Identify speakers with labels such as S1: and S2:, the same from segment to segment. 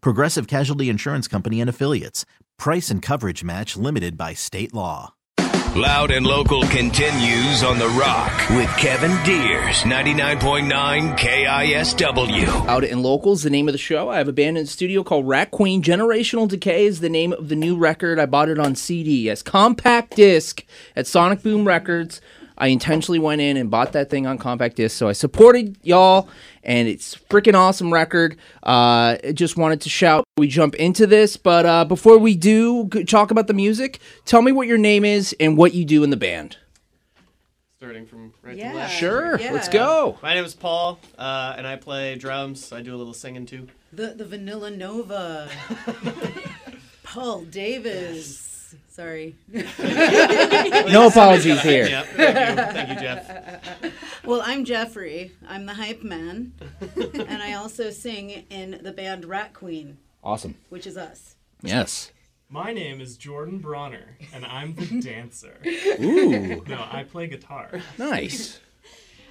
S1: Progressive Casualty Insurance Company and Affiliates. Price and coverage match limited by state law.
S2: Loud and Local continues on The Rock with Kevin Deers, 99.9 KISW.
S3: Out in Locals, the name of the show. I have a band in the studio called Rat Queen. Generational Decay is the name of the new record. I bought it on CD as compact disc at Sonic Boom Records. I intentionally went in and bought that thing on compact disc, so I supported y'all, and it's freaking awesome record. Uh, I just wanted to shout. We jump into this, but uh, before we do g- talk about the music, tell me what your name is and what you do in the band.
S4: Starting from right
S5: Yeah.
S4: to left.
S3: Sure,
S5: Yeah.
S3: let's go.
S4: My name is Paul, uh, and I play drums. I do a little singing too.
S5: The the Vanilla Nova. Paul Davis. Sorry.
S3: No apologies here.
S4: Yep. Thank you, Thank you Jeff.
S5: Well, I'm Jeffrey. I'm the hype man, and I also sing in the band Rat Queen,
S3: Awesome.
S5: which is us.
S3: Yes.
S6: My name is Jordan Bronner, and I'm the dancer.
S3: Ooh,
S6: No, I play guitar.
S3: nice.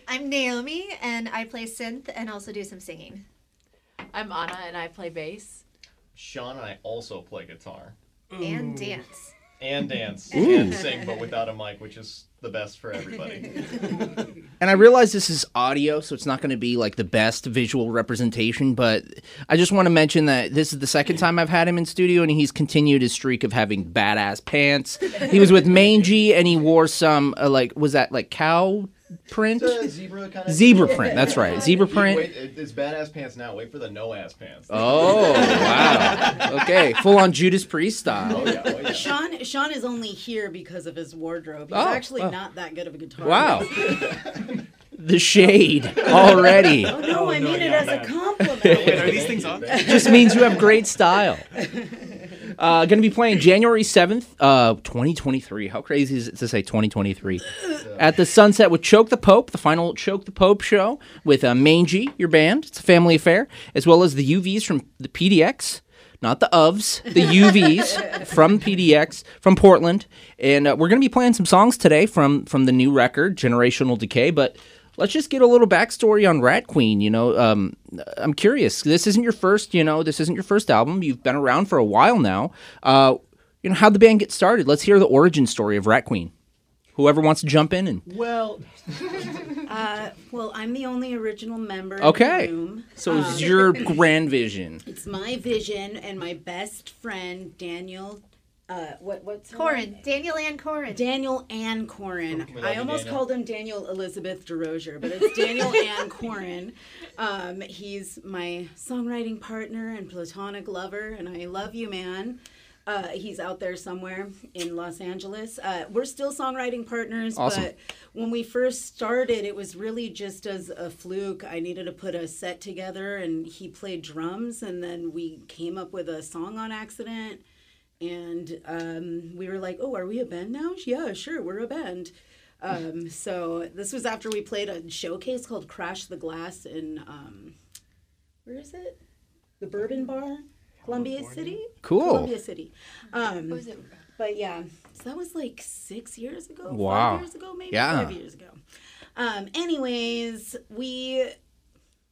S7: I'm Naomi, and I play synth and also do some singing.
S8: I'm Anna and I play bass.
S9: Sean and I also play guitar
S7: and dance.
S9: and dance and sing, but without a mic, which is the best for everybody.
S3: And I realize this is audio, so it's not going to be like the best visual representation, but I just want to mention that this is the second time I've had him in studio, and he's continued his streak of having badass pants. He was with Mangy, and he wore some, uh, like, was that like cow print?
S9: zebra kind
S3: Zebra print, that's right. Zebra
S9: Wait,
S3: print.
S9: it- it's badass pants now. Wait for the no ass pants.
S3: Oh, wow. Okay, full on Judas Priest style.
S9: yeah, oh, yeah.
S5: Sean Sean is only here because of his wardrobe. He's
S3: Oh,
S5: actually
S3: wow.
S5: not that good of a guitarist.
S3: Wow. The shade already.
S5: Oh no, I
S6: no,
S5: mean it
S6: yeah,
S5: as
S6: yeah.
S5: a compliment.
S4: Wait, are these things on?
S3: just means you have great style. Uh, going to be playing January 7th, uh, 2023. How crazy is it to say 2023? At the Sunset with Choke the Pope, the final Choke the Pope show with uh, Mangy, your band. It's a family affair, as well as the UVs from the PDX. Not the OVs, the UVs from PDX from Portland, and uh, we're gonna be playing some songs today from from the new record, Generational Decay. But let's just get a little backstory on Rat Queen. You know, um, I'm curious. This isn't your first, you know, this isn't your first album. You've been around for a while now. Uh, you know, how'd the band get started? Let's hear the origin story of Rat Queen. Whoever wants to jump in and
S9: Well,
S5: Uh, Well, I'm the only original member.
S3: okay.
S5: In the room. Um,
S3: So it's your grand vision.
S5: It's my vision and my best friend Daniel. Uh, what what's her name?
S7: Corin, Daniel and Corin.
S5: Daniel and Corin.
S9: love
S5: I
S9: you,
S5: almost
S9: Daniel.
S5: called him Daniel Elizabeth DeRozier, but it's Daniel and Corin. Um, he's my songwriting partner and platonic lover, and I love you, man. Uh, he's out there somewhere in Los Angeles. Uh, we're still songwriting partners,
S3: Awesome.
S5: but when we first started, it was really just as a fluke. I needed to put a set together, and he played drums, and then we came up with a song on accident and um, we were like, "Oh, are we a band now? Yeah, sure, we're a band." Um, so this was after we played a showcase called Crash the Glass in um, where is it? The Bourbon Bar, Columbia City.
S3: Cool.
S5: Columbia City. Um,
S7: Was it-
S5: but yeah, so that was like six years ago.
S3: Wow.
S5: Five years ago, maybe.
S3: Yeah.
S5: Five years ago. Um, anyways, we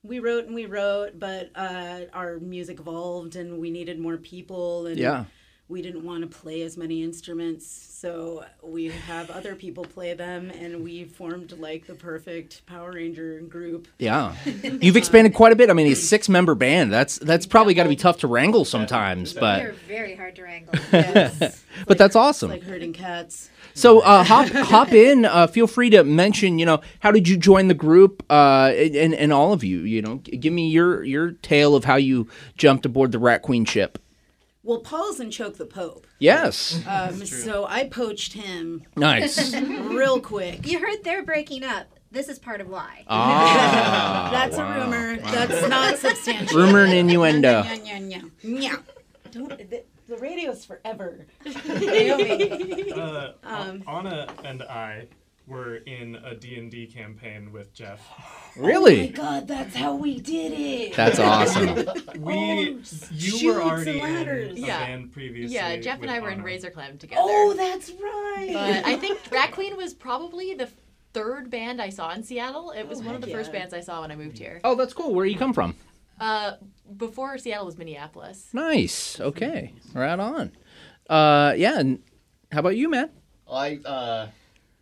S5: we wrote and we wrote, but uh, our music evolved, and we needed more people, and
S3: Yeah.
S5: we didn't want to play as many instruments, so we have other people play them, and we formed like the perfect Power Ranger group.
S3: Yeah, you've expanded quite a bit. I mean, a six-member band. That's that's probably got to be tough to wrangle sometimes,
S7: They're
S3: but
S7: very hard to wrangle.
S3: but that's awesome.
S5: Like herding cats.
S3: So uh, hop hop in. Uh, feel free to mention. You know, how did you join the group? Uh, and and all of you. You know, g- give me your your tale of how you jumped aboard the Rat Queen ship.
S5: Well, Paul's in Choke the Pope.
S3: Yes.
S5: Um, so I poached him.
S3: Nice.
S5: Real quick.
S7: You heard they're breaking up. This is part of why.
S3: Ah,
S5: That's
S3: wow.
S5: a rumor.
S3: Wow.
S5: That's not substantial.
S3: Rumor and innuendo.
S5: Yeah, yeah, yeah. yeah. Don't, the, the radio's forever. Naomi.
S6: Uh,
S5: Um,
S6: Anna and I were in a D&D campaign with Jeff.
S3: Really?
S5: Oh my god, that's how we did it.
S3: That's awesome.
S6: We,
S5: Oh, shoots
S6: you were
S5: and
S6: already in a
S5: ladders.
S8: Yeah.
S6: band previously.
S8: Yeah, Jeff and
S6: with
S8: I were in
S6: Anna.
S8: Razor Climb together.
S5: Oh, that's right.
S8: But I think Rat Queen was probably the third band I saw in Seattle. It was one of the
S5: heck
S8: first
S5: yeah.
S8: bands I saw when I moved here.
S3: Oh, that's cool. Where you come from?
S8: Uh, before Seattle was Minneapolis.
S3: Nice. Okay. Right on. Uh, yeah. And how about you, man?
S9: I uh,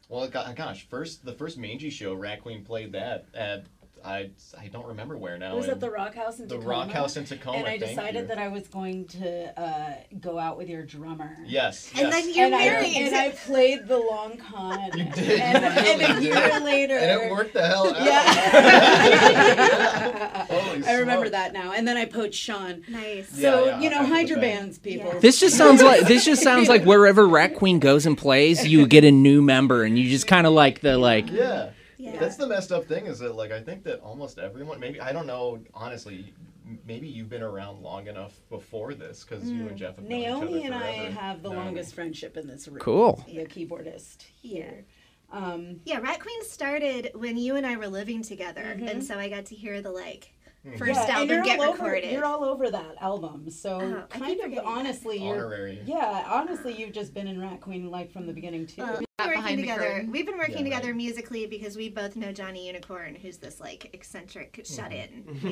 S9: well, go- gosh, first the first Mangy show, Rat Queen played that at I I don't remember where now.
S5: It was
S9: and
S5: at the Rock House in
S9: the
S5: Tacoma.
S9: Rock House in Tacoma.
S5: And I
S9: thank
S5: decided
S9: you.
S5: that I was going to uh, go out with your drummer.
S9: Yes.
S7: And
S9: yes.
S7: then you're
S5: and
S7: married.
S5: I, and I played the long con. You
S9: did.
S5: And, and a
S9: You
S5: year
S9: did.
S5: later.
S9: And it worked the hell out. Holy
S5: I remember
S9: smokes.
S5: that now. And then I poached Sean.
S7: Nice.
S9: Yeah,
S5: So,
S9: yeah,
S5: you know,
S9: back to
S5: hide
S9: the
S5: your
S9: bank.
S5: bands, people.
S3: This just sounds like this just sounds like wherever Rat Queen goes and plays, you get a new member, and you just kind of like the like.
S9: Yeah.
S7: Yeah.
S9: That's the messed up thing is that like I think that almost everyone maybe I don't know honestly m- maybe you've been around long enough before this because you and Jeff have known
S5: Mm. Naomi
S9: each other
S5: and I
S9: forever.
S5: have the
S9: Naomi.
S5: longest friendship in this room.
S3: Cool.
S5: The keyboardist here. Um,
S7: Yeah, Rat Queen started when you and I were living together,
S8: Mm-hmm.
S7: and so I got to hear the like
S9: Hmm.
S7: first
S5: yeah, and
S7: album
S5: you're
S7: get
S5: all
S7: recorded.
S5: Over, you're all over that album, so
S7: Oh, I keep
S5: kind
S7: forgetting
S5: of
S7: that.
S5: honestly, you're
S9: Honorary.
S5: yeah, honestly, you've just been in Rat Queen like from the beginning too.
S7: Well, Uh, we've
S8: Rat
S7: been working
S8: behind the
S7: together.
S8: curtain.
S7: We've been working
S9: Yeah,
S7: together
S9: right.
S7: musically because we both know Johnny Unicorn, who's this like eccentric
S9: Mm-hmm.
S7: shut-in.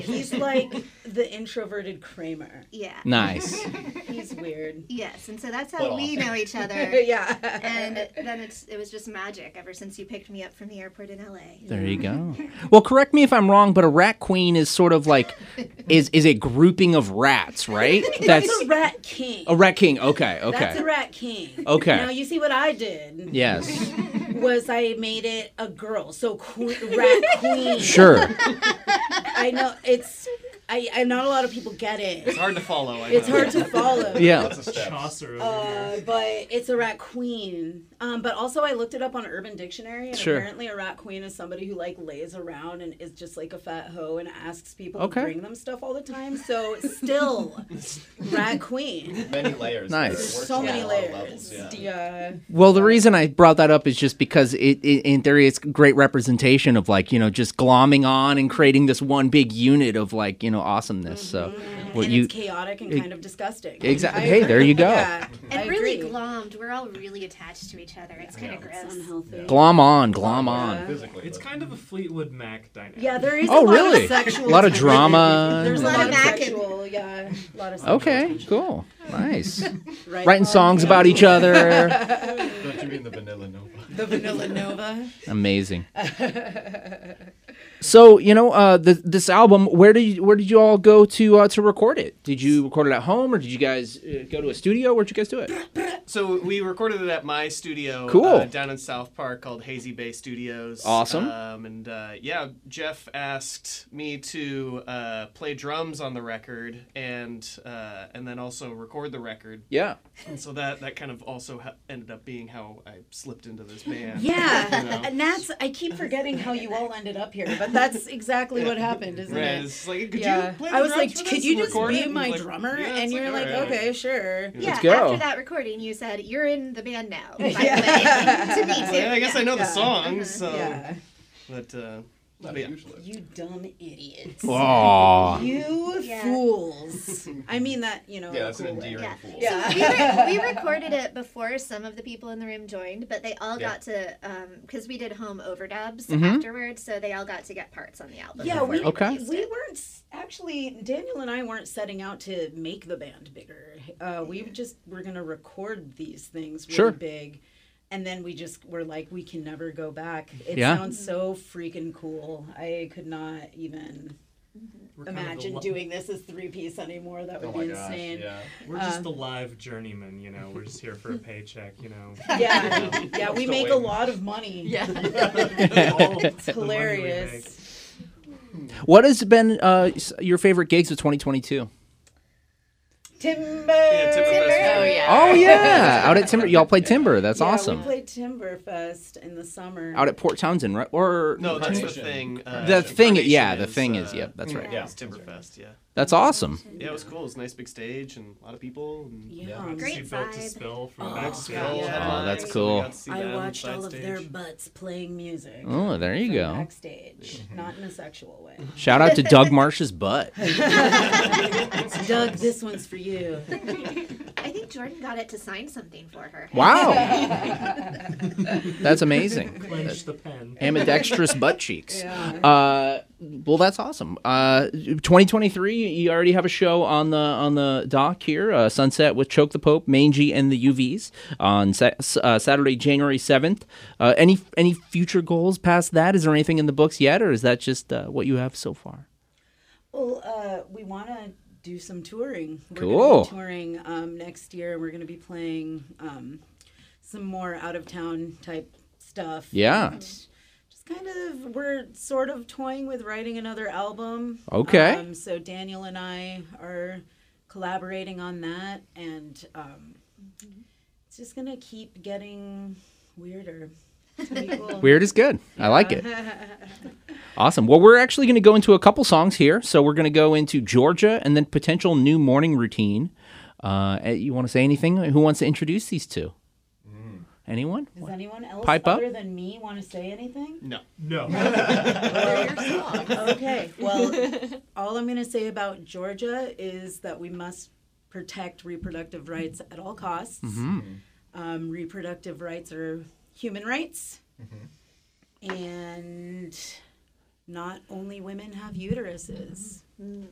S5: He's like the introverted Kramer.
S7: yeah.
S3: Nice.
S5: He's weird.
S7: Yes, and so that's how
S9: But
S7: we
S9: awesome.
S7: know each other.
S5: yeah.
S7: And then it's it was just magic ever since you picked me up from the airport in LA.
S3: There you go. Well, correct me if I'm wrong, but a rat queen is sort of like is is a grouping of rats, right? That's
S5: That's a rat king.
S3: a rat king. Okay, okay.
S5: That's a rat king.
S3: Okay.
S5: Now you see what I did
S3: Yes.
S5: was I made it a girl, so que- rat queen.
S3: Sure.
S5: I know it's. I, I not a lot of people get it.
S4: It's hard to follow. I
S5: It's
S4: know.
S5: hard to follow.
S3: Yeah.
S9: Lots of steps.
S6: Chaucer over here.
S5: Uh, but it's a rat queen. Um, but also, I looked it up on Urban Dictionary, and
S3: Sure.
S5: apparently, a rat queen is somebody who like lays around and is just like a fat hoe and asks people
S3: Okay.
S5: to bring them stuff all the time. So still, rat queen.
S9: Many layers.
S3: Nice.
S9: It works
S5: So
S9: on
S5: many
S9: a lot of
S5: layers.
S9: levels, yeah.
S5: yeah.
S3: Well, the reason I brought that up is just because it, it in theory it's great representation of like, you know, just glomming on and creating this one big unit of like, you know, awesomeness. So what
S5: Mm-hmm. and
S3: you
S5: it's chaotic and kind of disgusting.
S3: Exactly.
S5: I
S3: Hey, there you go.
S5: Yeah, I
S7: And really
S5: agree.
S7: glommed. We're all really attached to each other. It's kind of
S5: It's
S7: gross.
S5: unhealthy.
S3: glom on, glom on.
S9: Physically.
S6: It's
S9: but-
S6: kind of a Fleetwood Mac dynamic.
S5: Yeah, there is. a
S3: Oh,
S5: lot
S3: really?
S5: Of sexual
S3: A lot of
S5: tension.
S3: drama.
S5: There's a
S7: Lot
S5: lot
S7: of
S5: of
S7: mac and-
S5: sexual. Yeah, a lot of. Sexual
S3: Okay,
S5: tension.
S3: cool. Nice.
S5: Right,
S3: Writing
S5: Paul?
S3: songs about each other.
S9: Don't you mean the vanilla nova?
S5: the Vanilla Nova.
S3: Amazing. So, you know, uh the, this album, where did you, where did you all go to uh, to record it? Did you record it at home or did you guys uh, go to a studio? Where'd you guys do it?
S4: So we recorded it at my studio
S3: Cool.
S4: uh, down in South Park called Hazy Bay Studios.
S3: Awesome.
S4: Um, and uh, yeah, Jeff asked me to uh, play drums on the record and uh, and then also record the record.
S3: Yeah.
S4: And so that that kind of also ha- ended up being how I slipped into this band.
S5: Yeah,
S4: You know?
S5: and that's I keep forgetting how you all ended up here, but that's exactly what happened, isn't
S4: Right.
S5: it?
S4: It's like, could
S5: yeah,
S4: you play the
S5: I was
S4: drums
S5: like,
S4: for
S5: could
S4: this
S5: you
S4: and
S5: just
S4: record it?
S5: be
S4: And
S5: my
S4: like,
S5: drummer?
S4: yeah, it's
S5: and you're like,
S4: alright.
S5: okay, sure.
S7: Yeah,
S3: Let's go.
S7: after that recording, you said, You're in the band now. By the way, to me, too.
S4: Well, I guess I know
S5: Yeah.
S4: the songs. So,
S5: Yeah.
S4: but uh,
S9: Not
S4: Yeah.
S9: a huge list.
S5: You dumb idiots.
S3: Aw.
S5: You
S7: Yeah.
S5: fools. I mean that, you know.
S9: Yeah, that's an
S5: cool way.
S9: endearing
S7: Yeah.
S9: fool.
S7: So we, re- we recorded it before some of the people in the room joined, but they all
S9: Yeah.
S7: got to because we did home overdubs
S3: Mhm.
S7: afterwards, so they all got to get parts on the album.
S5: Yeah,
S7: before
S5: we,
S3: Okay.
S5: we weren't s- actually. Daniel and I weren't setting out to make the band bigger. Uh, we just were gonna record these things really
S3: Sure.
S5: big, and then we just were like, we can never go back. It
S3: Yeah.
S5: sounds so freaking cool. I could not even
S8: Mm-hmm.
S6: kind of the
S5: imagine
S6: lo-
S5: doing this as three piece anymore. That
S9: Oh
S5: would
S9: my
S5: be
S9: gosh.
S5: insane. Uh,
S9: Yeah.
S6: We're just the live journeyman, you know. We're just here for a paycheck, you know.
S5: Yeah, yeah, we
S9: Still
S5: make a
S9: waiting.
S5: lot of money.
S8: Yeah.
S5: it's
S6: The money we
S5: hilarious.
S3: What has been uh, s- your favorite gigs of 2022?
S5: Timber.
S8: Oh yeah.
S3: Oh yeah, out at Timber. Y'all played Timber. That's
S5: yeah,
S3: awesome.
S5: We played Timberfest in the summer.
S3: Out at Port Townsend, right? Or
S4: No, that's the
S9: Carnation.
S4: thing. Uh,
S3: The thing- yeah,
S4: Carnation
S3: the
S4: is,
S3: thing is,
S4: uh,
S3: yep, that's right.
S4: Yeah, it's Timberfest. Yeah,
S3: that's awesome.
S4: yeah, it was cool. It was a nice big stage and a lot of people. And
S5: yeah.
S7: Great
S6: She built to
S7: vibe.
S6: spill from
S5: Oh,
S6: backstage.
S5: yeah.
S3: Oh, that's
S4: So we
S3: cool.
S4: got to see
S5: I
S4: them
S5: watched
S4: side
S5: all of their
S4: stage.
S5: butts playing music.
S3: Oh, there you
S5: from
S3: go.
S5: Backstage,
S4: Mm-hmm.
S5: not in a sexual way.
S3: Shout out to Doug Marsh's butt.
S5: Doug, this one's for you.
S7: I think Jordan got it to sign something for her.
S3: Wow, that's amazing.
S6: Clench the pen.
S3: Ambidextrous butt cheeks. Uh, well, that's awesome. Uh, 2023, you already have a show on the on the dock here. Uh, Sunset with Choke the Pope, Mangy, and the UVs on sa- s- uh, Saturday, January 7th. Uh, any any future goals past that? Is there anything in the books yet, or is that just uh, what you have so far?
S5: Well, uh, we want to do some touring. We're
S3: Cool.
S5: Gonna be touring um, next year. We're going to be playing um, some more out of town type stuff.
S3: Yeah.
S5: and Just kind of, we're sort of toying with writing another album.
S3: Okay.
S5: Um, so Daniel and I are collaborating on that, and um, it's just going to keep getting weirder. It's gonna be cool.
S3: Weird is good. I like it. Awesome. Well, we're actually going to go into a couple songs here. So we're going to go into Georgia and then potential new morning routine. Uh, eh, you want to say anything? Who wants to introduce these two? Anyone?
S5: Does anyone else
S3: Pipe up?
S5: other than me want to say anything?
S4: No,
S6: No.
S8: They're your songs.
S5: Okay. Well, all I'm going to say about Georgia is that we must protect reproductive rights at all costs.
S3: Mm-hmm.
S5: Um, reproductive rights are human rights. And not only women have uteruses.
S3: Mm-hmm.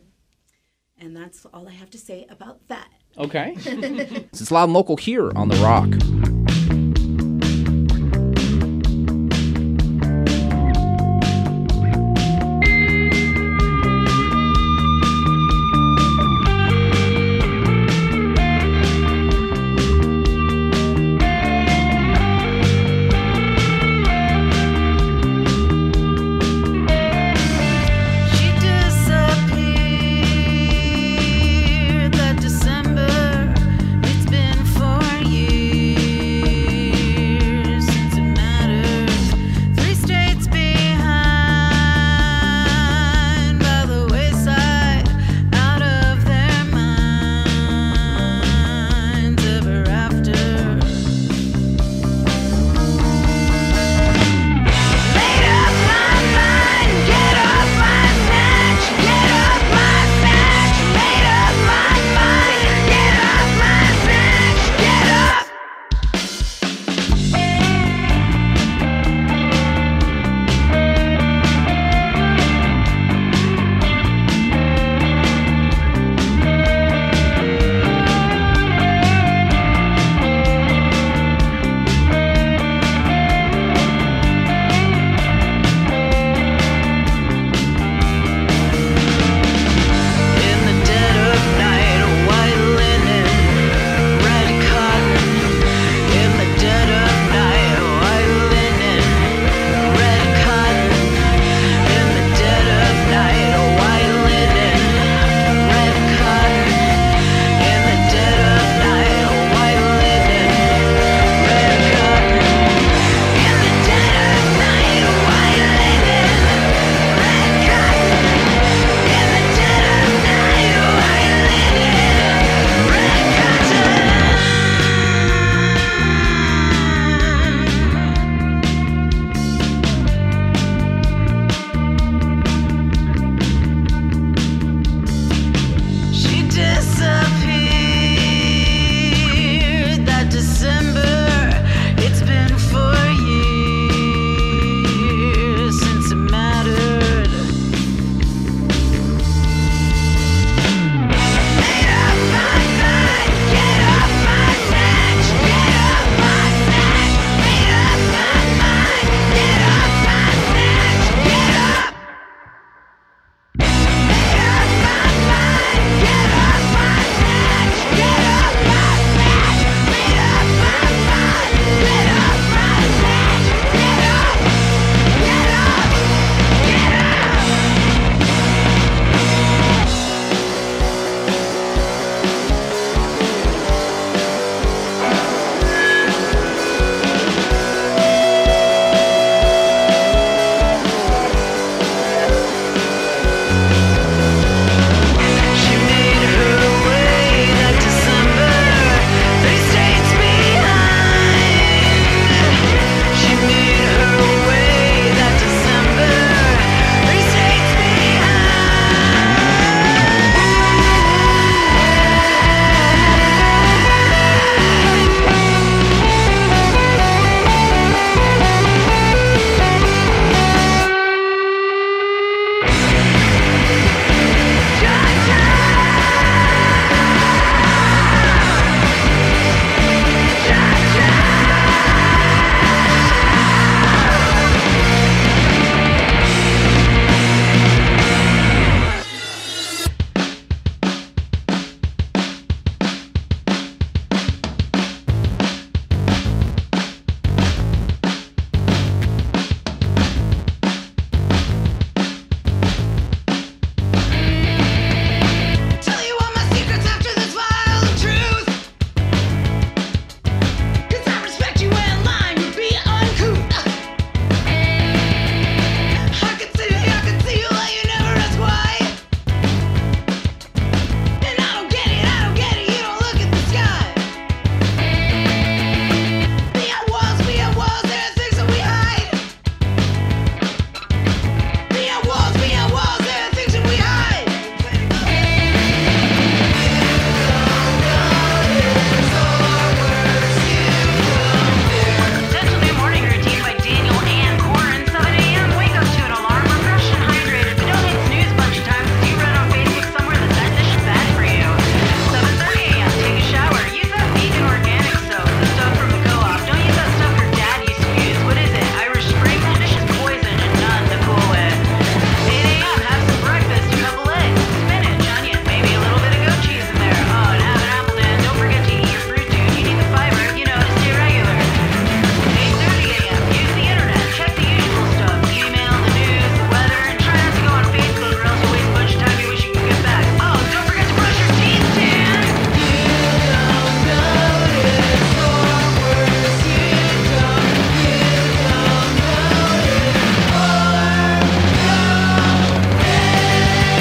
S5: And that's all I have to say about that.
S3: Okay. it's loud and local here on The Rock.
S10: She disappeared that December. It's been four years.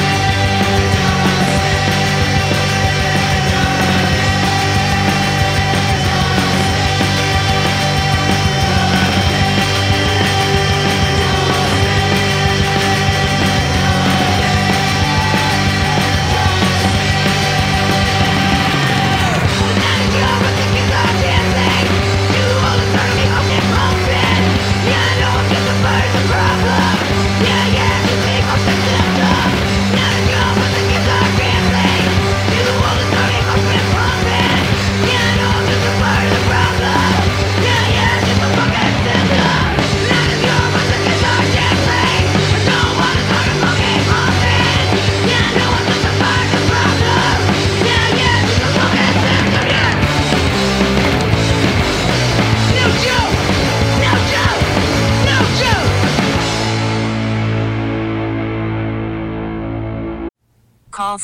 S11: Eh, Eh,
S12: Call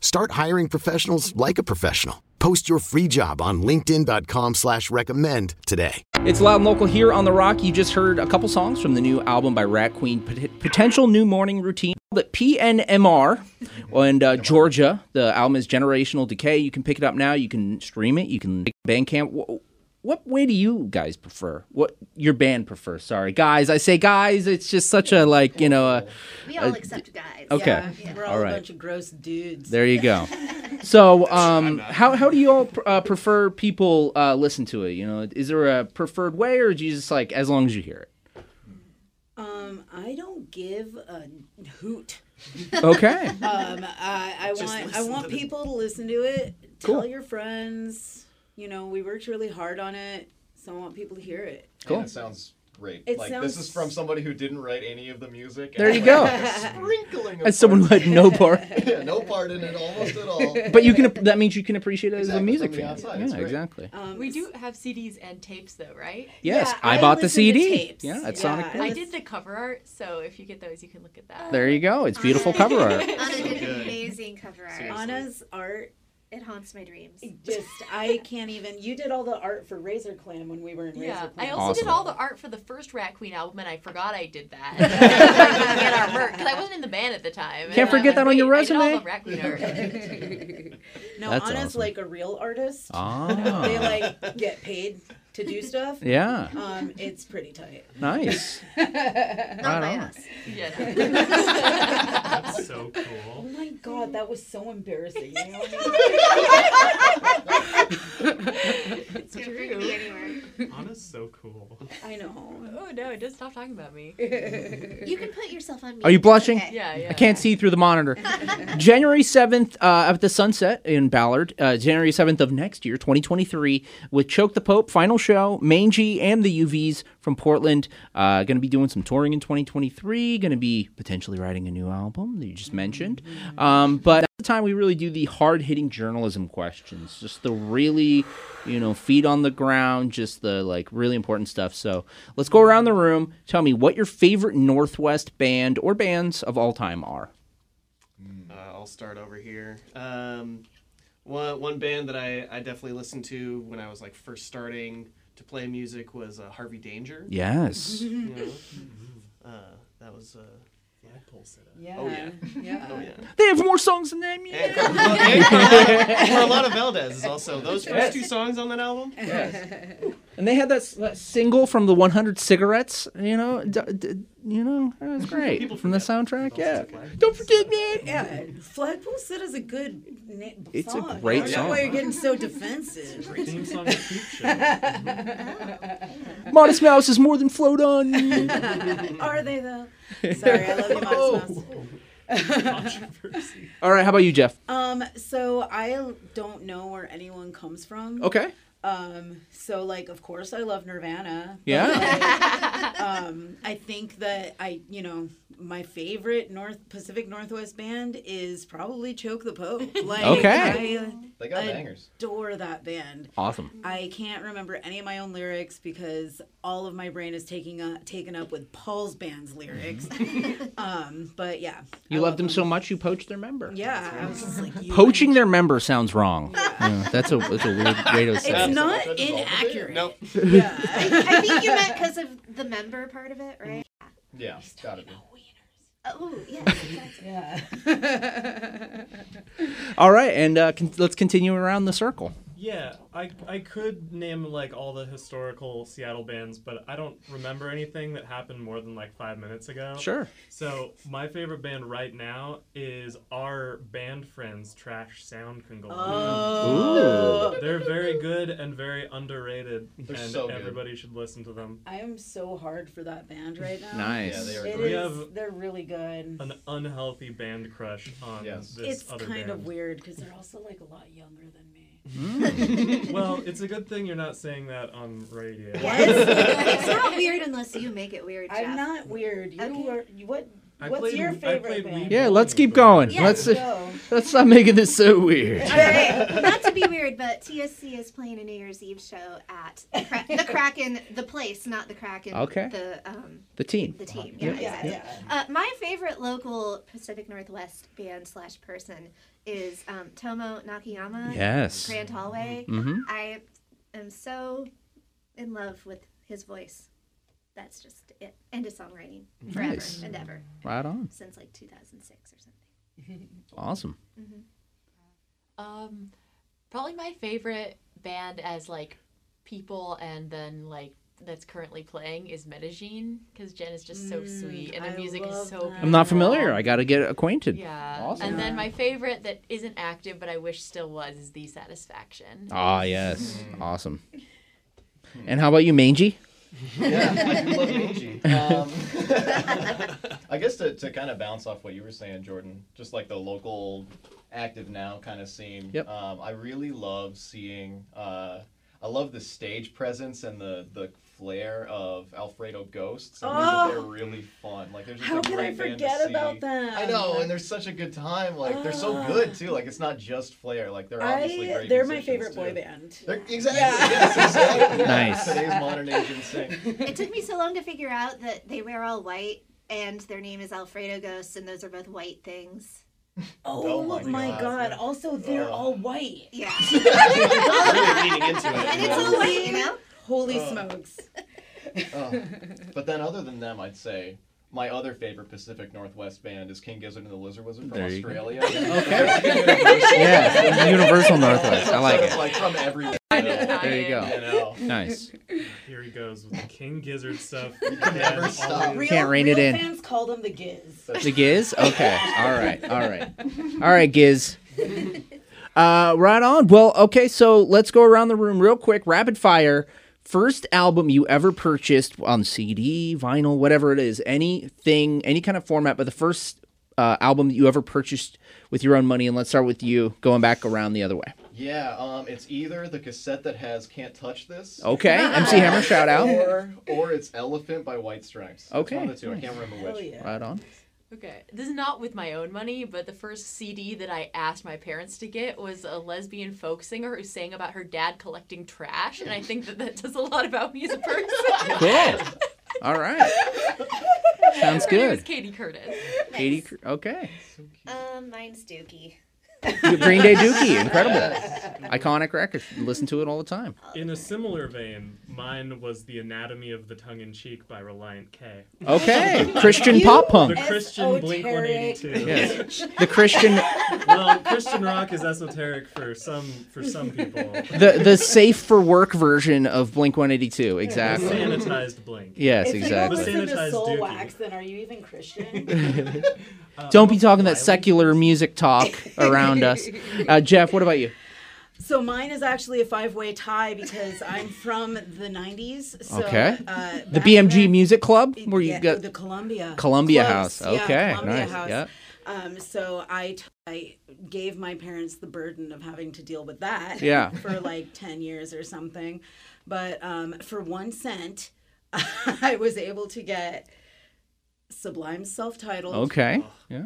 S13: Start hiring professionals like a professional. Post your free job on linkedin.com/recommend slash recommend today.
S3: It's Loud and Local here on The Rock. You just heard a couple songs from the new album by Rat Queen, Pot- Potential New Morning Routine. That PNMR and uh, Georgia. The album is Generational Decay. You can pick it up now. You can stream it. You can Bandcamp. What, what way do you guys prefer? What your band prefers? Sorry, guys. I say guys. It's just such a like you know. A,
S7: We all
S3: a-
S7: accept guys.
S3: Okay.
S5: We're all,
S3: all
S5: a
S3: right.
S5: bunch of gross dudes.
S3: There you go. So, um, how how do you all pr- uh, prefer people uh, listen to it? You know, is there a preferred way, or do you just like as long as you hear it?
S5: Um, I don't give a hoot.
S3: Okay.
S5: um, I, I
S11: Just
S5: want I
S11: listen
S5: want
S11: to the-
S5: people to listen to it.
S3: Cool.
S5: Tell your friends. You know, we worked really hard on it, so I want people to hear it.
S9: And it sounds great.
S5: It
S9: like
S5: sounds-
S9: this is from somebody who didn't write any of the music.
S3: There
S9: and,
S3: you
S9: like,
S3: go.
S9: a sprinkling. of
S3: As someone who
S9: parts.
S3: had no part.
S9: yeah, no part in it, almost at all.
S3: But you can ap- that means you can appreciate it as a
S9: Exactly,
S3: music
S9: from the
S3: fan.
S9: outside, it's
S3: yeah,
S9: great.
S3: exactly.
S8: we do have CDs and tapes though, right?
S3: Yes, Yeah, I I bought the listen to CD. tapes. Yeah, at
S8: that's
S3: Sonic Yeah, I
S8: I
S3: Youth.
S8: did the cover art, so if you get those, you can look at that.
S3: There you go. It's beautiful cover art.
S7: Anna
S8: So
S7: did an
S8: good.
S7: amazing cover art.
S5: Seriously. Anna's art.
S7: It haunts my dreams.
S5: Just I can't even. You did all the art for Razor Clan when we were in
S8: Yeah,
S5: Razor Clan.
S8: I also
S3: Awesome.
S8: did all the art for the first Rat Queen album, and I forgot I did that. And then I was like, "We gotta get our merch because I wasn't in the band at the time. and
S3: Can't
S8: I'm
S3: forget
S8: like,
S3: that on your
S8: "Wait, I did all
S3: resume."
S8: the Rat Queen art.
S5: no,
S3: That's
S5: Anna's
S3: awesome.
S5: like a real artist.
S3: Ah.
S5: They like get paid to do stuff.
S3: Yeah.
S5: Um, it's pretty tight.
S3: Nice. Right on.
S5: That's
S6: so cool.
S5: Oh my god, that was so embarrassing. You know?
S8: it's
S7: Can't
S8: true.
S7: bring me anywhere.
S6: Anna's so cool.
S5: I know.
S8: Oh no! Just stop talking about me.
S7: You can put yourself on mute.
S3: Are you blushing?
S8: Yeah, yeah.
S3: I can't see through the monitor. January 7th uh, at the Sunset in Ballard. Uh, January 7th of next year, 2023, with Choke the Pope, final show, Mangy, and the UVs from Portland. Uh, going to be doing some touring in 2023. Going to be potentially writing a new album that you just mentioned. Um, but at the time, we really do the hard hitting journalism questions, just the really, you know, feet on the ground, just the like really important stuff. So let's go around the room. Tell me what your favorite Northwest band or bands of all time are.
S4: Uh, I'll start over here. Um, one one band that I, I definitely listened to when I was like first starting to play music was uh, Harvey Danger.
S3: Yes.
S4: You know? uh, that was uh, yeah.
S5: Yeah.
S4: Oh yeah.
S5: Yeah.
S4: Oh yeah.
S3: They have more songs than them.
S4: And Cor- and Corla- Corlada Valdez is also those first
S3: Yes.
S4: two songs on that album.
S3: Yes. And they had that, s- that single from the 100 Cigarettes, you know, d- d- you know, that was great.
S5: People
S3: from the soundtrack, yeah. Don't forget me.
S5: Yeah, Flagpole Sit is a good na-
S3: It's a
S5: song.
S3: great
S5: I don't
S3: song.
S5: know why you're getting so defensive.
S6: Theme song to Peep
S3: Modest Mouse is more than float on.
S5: Are they though? Sorry, I love you, Modest Mouse.
S3: Oh. All right, how about you, Jeff?
S5: Um, so I don't know where anyone comes from.
S3: Okay.
S5: Um, so like, of course, I love Nirvana. but,
S3: Yeah.
S5: like, um, I think that I, you know, my favorite North Pacific Northwest band is probably Choke the Pope. Like,
S3: Okay.
S5: I
S9: They got bangers.
S5: adore that band.
S3: Awesome.
S5: I can't remember any of my own lyrics because all of my brain is taking up, taken up with Paul's band's lyrics. um, but yeah,
S3: You loved them so much you poached their member.
S5: yeah, I was just like, you
S3: Poaching their member sounds wrong. Yeah, that's a that's a weird way to
S5: It's
S3: say it.
S5: not inaccurate.
S4: Nope.
S7: I, I think you meant because of the member part of it, right?
S9: Yeah, gotta be.
S7: Oh, yes, exactly.
S5: yeah.
S3: All right, and uh, con- let's continue around the circle.
S6: Yeah, I, I could name like all the historical Seattle bands, but I don't remember anything that happened more than like five minutes ago.
S3: Sure.
S6: So my favorite band right now is our band friends, Trash Sound Conglomerate.
S5: Oh. Ooh.
S6: They're very good and very underrated,
S9: They're
S6: and
S9: so good.
S6: everybody should listen to them.
S5: I am so hard for that band right now.
S6: Nice. Yeah, they are
S5: It
S6: great. We
S5: is-
S6: have-
S5: they're really good.
S6: An unhealthy band crush on this
S5: it's
S6: other
S5: kind
S6: band.
S5: of weird because they're also like a lot younger than me.
S6: well, it's a good thing you're not saying that on radio.
S7: Yes. it's not weird unless you make it weird.
S5: I'm
S7: Jeff.
S5: not weird. You are. You, what?
S6: I
S5: what's
S6: played-
S5: your
S6: I
S5: favorite
S6: played
S5: band?
S3: Yeah, let's keep going.
S7: Yeah,
S3: let's
S5: go.
S3: let's not making this so weird.
S7: All right, not to be weird, but TSC is playing a New Year's Eve show at the, Kra- the Kraken, the place, not the Kraken.
S3: Okay.
S7: The um,
S3: The team.
S7: The team. Yeah,
S3: Yep. Yeah,
S7: exactly.
S3: yeah.
S7: Uh, my favorite local Pacific Northwest band slash person is um, Tomo Nakayama.
S3: Yes.
S7: Grand Hallway.
S3: Mhm.
S7: I am so in love with his voice. That's just it. And his songwriting forever
S3: Nice.
S7: and ever.
S3: Right on.
S7: Since like 2006 or something. Mm-hmm.
S3: Awesome.
S8: Um, probably my favorite band as like people, and then like that's currently playing is Medellin because Jen is just so
S7: Mm,
S8: sweet and the music is so. Beautiful.
S3: I'm not familiar. I got to get acquainted.
S8: Yeah.
S3: Awesome.
S8: And then my favorite that isn't active, but I wish still was, is The Satisfaction.
S3: Ah, yes. Awesome. And how about you, Mangy?
S9: yeah, I do love Minji. Um, I guess to, to kind of bounce off what you were saying, Jordan, just like the local active now kind of scene.
S3: Yep.
S9: Um, I really love seeing. Uh, I love the stage presence and the the flair of Alfredo Ghosts. I think that
S5: Oh.
S9: they're really fun. Like there's just
S5: How
S9: a
S5: could I
S9: great band to
S5: forget
S9: see.
S5: about them? Ah.
S9: I know, and they're such a good time. Like they're so good too. Like it's not just flair. Like they're obviously
S5: I,
S9: great.
S5: they're my
S9: musicians,
S5: favorite boy
S9: too.
S5: band.
S9: They're, exactly. Yes, exactly.
S3: Nice.
S9: Today's modern age insane.
S7: it took me so long to figure out that they wear all white and their name is Alfredo Ghost and those are both white things.
S5: Oh, my, god. Also, they're all white.
S7: Yeah.
S9: leaning into it.
S7: And it's all white, you know?
S5: Holy
S9: Oh.
S5: smokes.
S9: Oh. But then, other than them, I'd say my other favorite Pacific Northwest band is King Gizzard and the Lizard Wizard from
S3: There you go.
S9: Australia.
S3: Okay. Yeah, Universal Northwest. I like
S9: Sort of
S3: it.
S9: Like from everywhere.
S3: There you go.
S9: know.
S3: Nice.
S6: Here he goes with the King Gizzard stuff.
S9: never
S6: And
S9: stop.
S6: all the-
S5: Real,
S3: Can't rein it
S5: real
S3: in.
S5: fans call them the Giz.
S3: The Giz? Okay. All right. All right. All right, Giz. Uh, right on. Well, okay. So let's go around the room real quick. Rapid fire. First album you ever purchased on CD, vinyl, whatever it is, anything, any kind of format, but the first uh, album that you ever purchased with your own money. And let's start with you going back around the other way.
S9: Yeah, um, it's either the cassette that has "Can't Touch This."
S3: Okay, MC Hammer, shout out.
S9: Or, or it's "Elephant" by White Stripes. It's
S3: Okay,
S9: one of the two. I can't
S3: nice.
S9: remember which.
S3: Right on.
S8: Okay. This is not with my own money, but the first CD that I asked my parents to get was a lesbian folk singer who sang about her dad collecting trash, and I think that that says a lot about me as a person.
S3: Cool. All right. Sounds
S8: Her name is
S3: good.
S8: Katie Curtis.
S3: Katie, Cr- okay.
S7: Um, mine's Dookie.
S3: Green Day Dookie, incredible. Iconic record. Listen to it all the time.
S6: In a similar vein, mine was The Anatomy of the Tongue in Cheek by Reliant K.
S3: Okay, Christian You- pop punk.
S6: The Christian Blink 182.
S3: Yes. The Christian-
S6: Well, Christian rock is esoteric for some for some people.
S3: The the safe for work version of Blink 182, exactly.
S6: The sanitized Blink.
S3: Yes,
S5: if
S3: exactly.
S5: you don't listen to
S6: Sanitized
S5: Soul
S6: Dookie.
S5: Wax, then are you even Christian?
S6: Um,
S3: Don't be talking that secular music talk around us. Uh, Jeff, what about you?
S5: So mine is actually a five-way tie because I'm from the '90s. So,
S3: Okay.
S5: Uh,
S3: the BMG Music Club, where you
S5: yeah, oh,
S3: got
S5: the Columbia.
S3: Columbia
S5: Close,
S3: House.
S5: yeah,
S3: Okay,
S5: Columbia
S3: nice.
S5: House.
S3: Yeah.
S5: Um, so I, t- I gave my parents the burden of having to deal with that.
S3: Yeah.
S5: For like ten years or something, but um, for one cent, I was able to get Sublime self-titled.
S3: Okay.
S5: Oh.
S3: Yeah.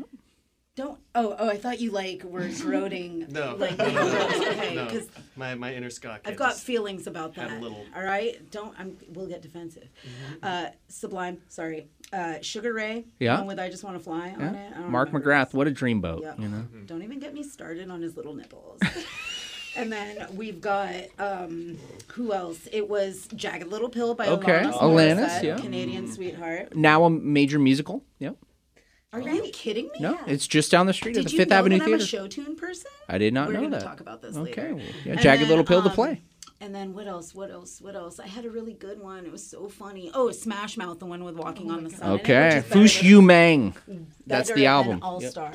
S5: Don't. Oh, oh, I thought you like were groding.
S4: No,
S5: Like,
S4: no, no, no,
S5: okay,
S4: no.
S5: 'cause
S4: My my inner Scott.
S5: I've
S4: kid
S5: got
S4: just
S5: feelings about
S4: had
S5: that.
S4: a little-
S5: All right, don't. I'm. We'll get defensive.
S4: Mhm.
S5: Uh, Sublime. Sorry. Uh, Sugar Ray.
S3: Yeah.
S5: the one With I just want to fly on
S3: Yeah.
S5: it. I don't
S3: Mark
S5: remember.
S3: McGrath, what a dreamboat.
S5: Yep.
S3: You know.
S4: Mm-hmm.
S5: Don't even get me started on his little nipples. and then we've got um, who else? It was Jagged Little Pill by
S3: Okay,
S5: Alanis,
S3: Alanis,
S5: Morissette,
S3: yeah.
S4: Mm-hmm.
S5: Canadian sweetheart.
S3: Now a major musical. Yep.
S5: Are
S4: Oh.
S5: you kidding me?
S3: No, it's just down the street at
S5: Did
S3: the
S5: you
S3: Fifth
S5: know
S3: Avenue
S5: that I'm a
S3: Theater.
S5: show tune person?
S3: I did not
S5: We're
S3: know
S5: gonna
S3: that.
S5: talk about this
S3: Okay,
S5: later.
S3: well, yeah,
S5: And
S3: Jagged Little Pill to
S5: um,
S3: play.
S5: And then what else? What else? What else? I had a really good one. It was so funny. Oh, Smash Mouth, the one with Walking on the Sun. in it,
S3: Okay,
S5: which is better
S3: Fush
S5: than-
S3: Yu Mang. That's
S5: better
S3: the
S5: than
S3: album.
S5: All
S3: Yep.
S5: Star.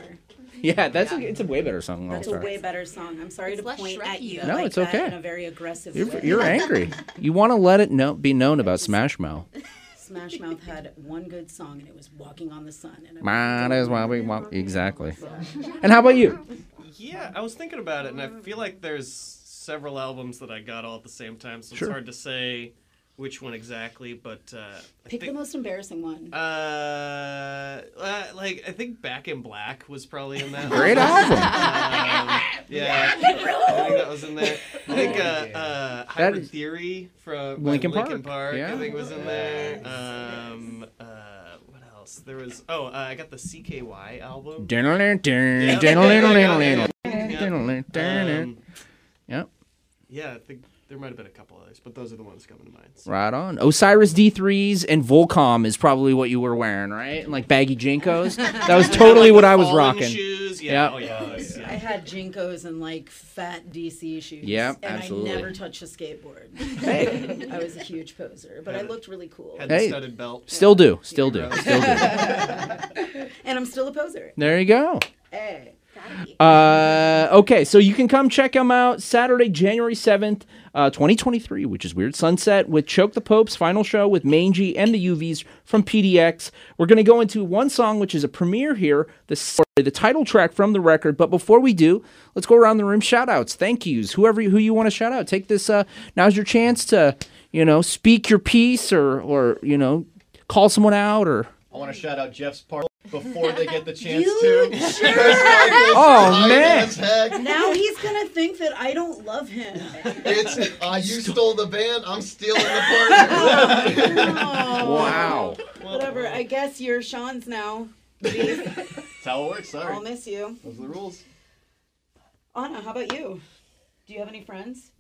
S3: Yeah, that's A, it's a way better song. than
S5: That's
S3: All
S5: a
S3: Star.
S5: way better song. I'm sorry to point at you.
S3: No,
S5: like
S3: it's
S5: that
S3: okay.
S5: In a very aggressive.
S3: You're,
S5: way.
S3: you're angry. You want to let it know, be known about Smash Mouth.
S5: Smash Mouth had one good song, and it was "Walking on the Sun." And
S3: Might as well be walk. Exactly. And how about you?
S4: Yeah, I was thinking about it, and I feel like there's several albums that I got all at the same time, so
S3: Sure.
S4: it's hard to say which one exactly. But uh, I
S5: Pick the most embarrassing one.
S4: Uh, uh, like I think Back in Black was probably in that.
S3: Great album.
S4: Um, yeah, I think that was in there. I think
S3: Oh,
S4: uh, uh, Hybrid Theory from by
S3: Linkin
S4: Linkin
S3: Park,
S4: Park.
S3: yeah.
S4: I think was in there. Um, uh, what else? There was oh, uh, I got the CKY album.
S3: Yep.
S4: Um, Yeah, I think there might have been a couple others, but those are the ones coming to mind.
S3: Right on. Osiris D3s and Volcom is probably what you were wearing, right? And like baggy Jinkos. That was totally what I was rocking.
S9: Oh,
S5: oh,
S3: Yep.
S5: I had jinkos and like fat DC shoes.
S3: Yep,
S5: and
S3: absolutely.
S5: I never touched a skateboard.
S3: Hey.
S5: I was a huge poser, but I looked really cool.
S3: Hey, still do, still do, still do.
S5: and I'm still a poser.
S3: There you go.
S5: Hey.
S3: Uh, okay, so you can come check them out Saturday, January 7th, uh, 2023, which is Weird Sunset with Choke the Pope's final show with Mangy and the UVs from PDX. We're going to go into one song, which is a premiere here, the, s- the title track from the record. But before we do, let's go around the room. Shout outs, thank yous, whoever who you want to shout out. Take this, uh, now's your chance to, you know, speak your piece or, or you know, call someone out or.
S9: I want to shout out Jeff's part before they get the chance
S5: You
S9: to.
S5: jerk!
S9: oh
S5: Now he's gonna think that I don't love him.
S9: It's uh, you stole the band. I'm stealing the party.
S5: Oh.
S9: Oh.
S3: Wow.
S5: Whatever. I guess you're Sean's now.
S9: That's how it works. Sorry.
S5: I'll miss you.
S9: Those are the rules.
S5: Anna, how about you? Do you have any friends?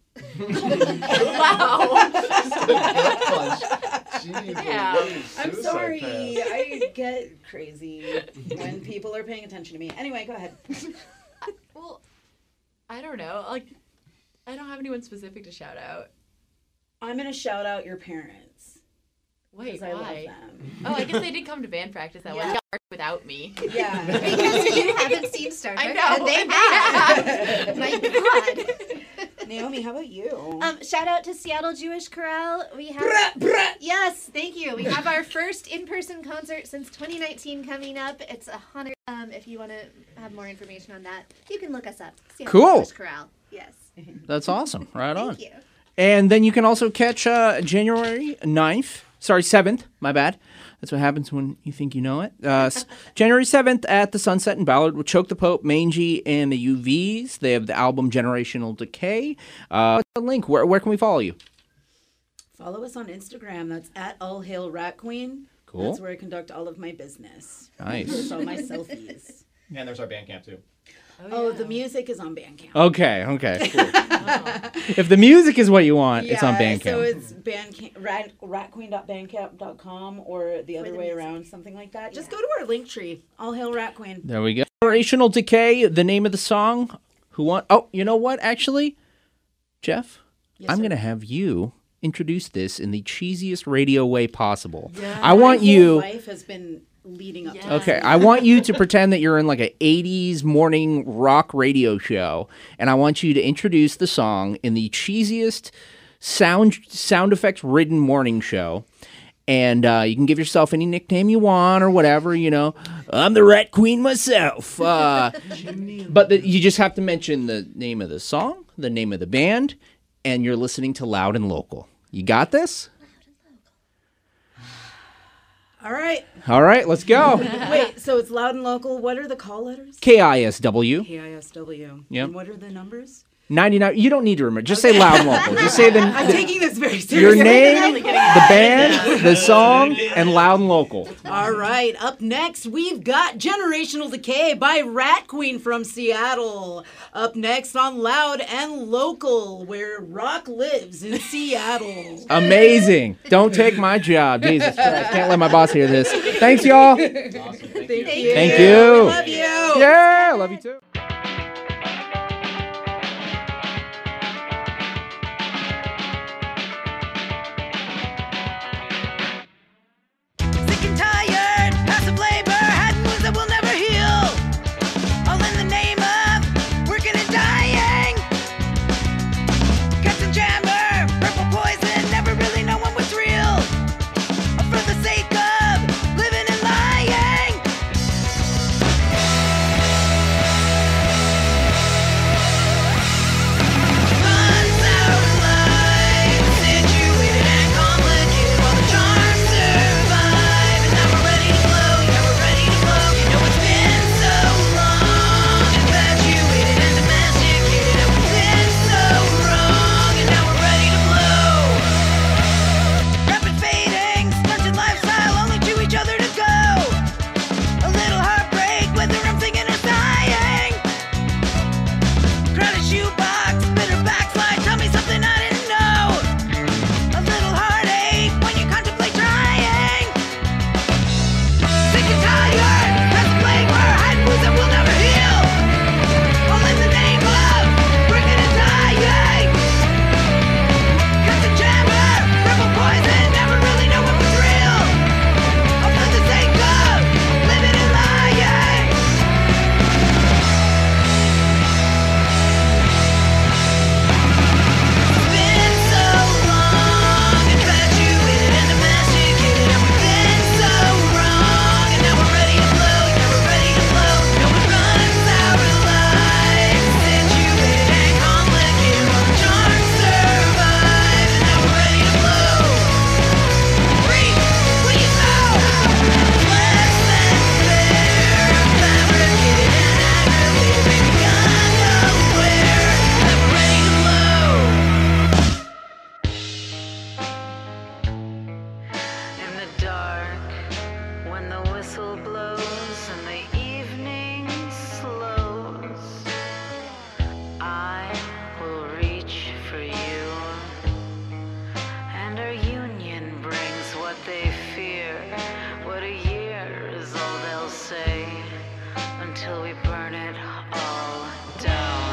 S5: I'm
S9: Suicide
S5: sorry.
S9: path.
S5: I get crazy when people are paying attention to me. Anyway, go ahead.
S8: Well, I don't know. Like, I don't have anyone specific to shout out.
S5: I'm gonna shout out your parents.
S8: Wait,
S5: 'Cause I love
S8: why?
S5: them.
S8: Oh, I guess they did come to band practice that
S5: Yeah.
S8: one dark without me.
S5: Yeah,
S7: Because you haven't seen Star Trek.
S8: I know.
S7: and they have. My God.
S5: Naomi, how about you?
S7: Um, shout out to Seattle Jewish Chorale. We have yes, thank you. We have our first in-person concert since 2019 coming up. It's a hundred. Um, if you want to have more information on that, you can look us up. Seattle
S3: Cool.
S7: Jewish Chorale. Yes.
S3: That's awesome. Right on.
S7: Thank you.
S3: And then you can also catch uh, January 9th, sorry, 7th, my bad. That's what happens when you think you know it. Uh, s- January 7th at the Sunset in Ballard with Choke the Pope, Mangy, and the UVs. They have the album Generational Decay. Uh, what's the link? Where, where can we follow you?
S5: Follow us on Instagram. That's at All Hail Rat Queen.
S3: Cool.
S5: That's where I conduct all of my business.
S3: Nice.
S5: So my selfies.
S9: And there's our band camp too.
S5: Oh, the music is on Bandcamp.
S3: Okay, okay. cool. if the music is what you want, it's on
S5: Yeah,
S3: Bandcamp.
S5: So it's bandcamp, rat, ratqueen.bandcamp.com or the other way around, something like that. Just go to our link tree. All hail Rat Queen.
S3: There we go. Generational Decay, the name of the song. Who want? Oh, you know what? Actually, Jeff,
S5: Yes,
S3: I'm
S5: sir.
S3: going to have you introduce this in the cheesiest radio way possible.
S5: Yeah.
S3: I want
S5: My whole
S3: you.
S5: life has been leading up. to
S3: Okay, I want you to pretend that you're in like a 80s morning rock radio show, and I want you to introduce the song in the cheesiest sound sound effects ridden morning show. And uh, you can give yourself any nickname you want or whatever, you know. I'm the Rat Queen myself. Uh, but the, you just have to mention the name of the song, the name of the band, and you're listening to Loud and Local. You got this?
S5: All right.
S3: All right, let's go.
S5: Wait, so it's loud and local. What are the call letters?
S3: KISW
S5: KISW.
S3: Yep.
S5: And what are the numbers?
S3: 99. You don't need to remember. Just say loud and local. Just say the,
S5: I'm
S3: the-
S5: taking this very seriously.
S3: your name, the band, the song, and loud and local.
S5: All right, up next, we've got Generational Decay by Rat Queen from Seattle. Up next on Loud and Local, where rock lives in Seattle.
S3: Amazing. Don't take my job. Jesus Christ. Can't let my boss hear this. Thanks, y'all.
S5: Thank you.
S3: Thank you.
S5: We love you.
S3: Yeah, love you too.
S11: Sick and tired, passive labor, had wounds that will never heal. All in the name of working and dying. Captain Jammer, purple poison, never really know when what's real. All for the sake of living and lying. Runs out of life, situated and complicated. All the charms survive, and now we're ready to blow. Yeah, we're ready to blow. You know it's been so long, infatuated and domesticated, and we've been so wrong, and now we're ready to blow. Rapid fading, stunted lifestyle, only to each other to go. A little heartbreak, whether I'm singing or dying. Crowded shoebox, bitter backslide. Tell me something I didn't know. A little heartache when you contemplate trying. Sick and tired, that's the plague where head wounds that will never heal. All in the name of bringing and dying. Cuts and jammer, purple poison. Never really know what was real. All for the sake of living and lying. Been so long, infatuated and domesticated, and we've been so wrong, and now we're ready to blow. Yeah, we're ready to blow. No one runs our lives, situated and complicated. All the charms survive, and now we're ready to blow. Free, please out. Less than fair, fabricated and aggravated. We've gone nowhere, and we're ready to blow. in the dark when the whistle blows and the evening slows. I will reach for you, and our union brings what they fear. What a year is all they'll say until we burn it all down.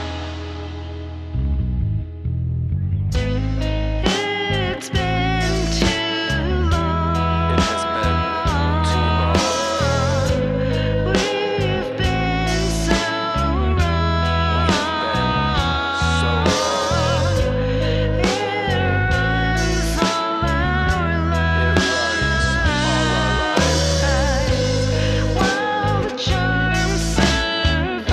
S11: It's been too long. It has been too long. We've been so wrong. It runs all our lives. While the charms survive.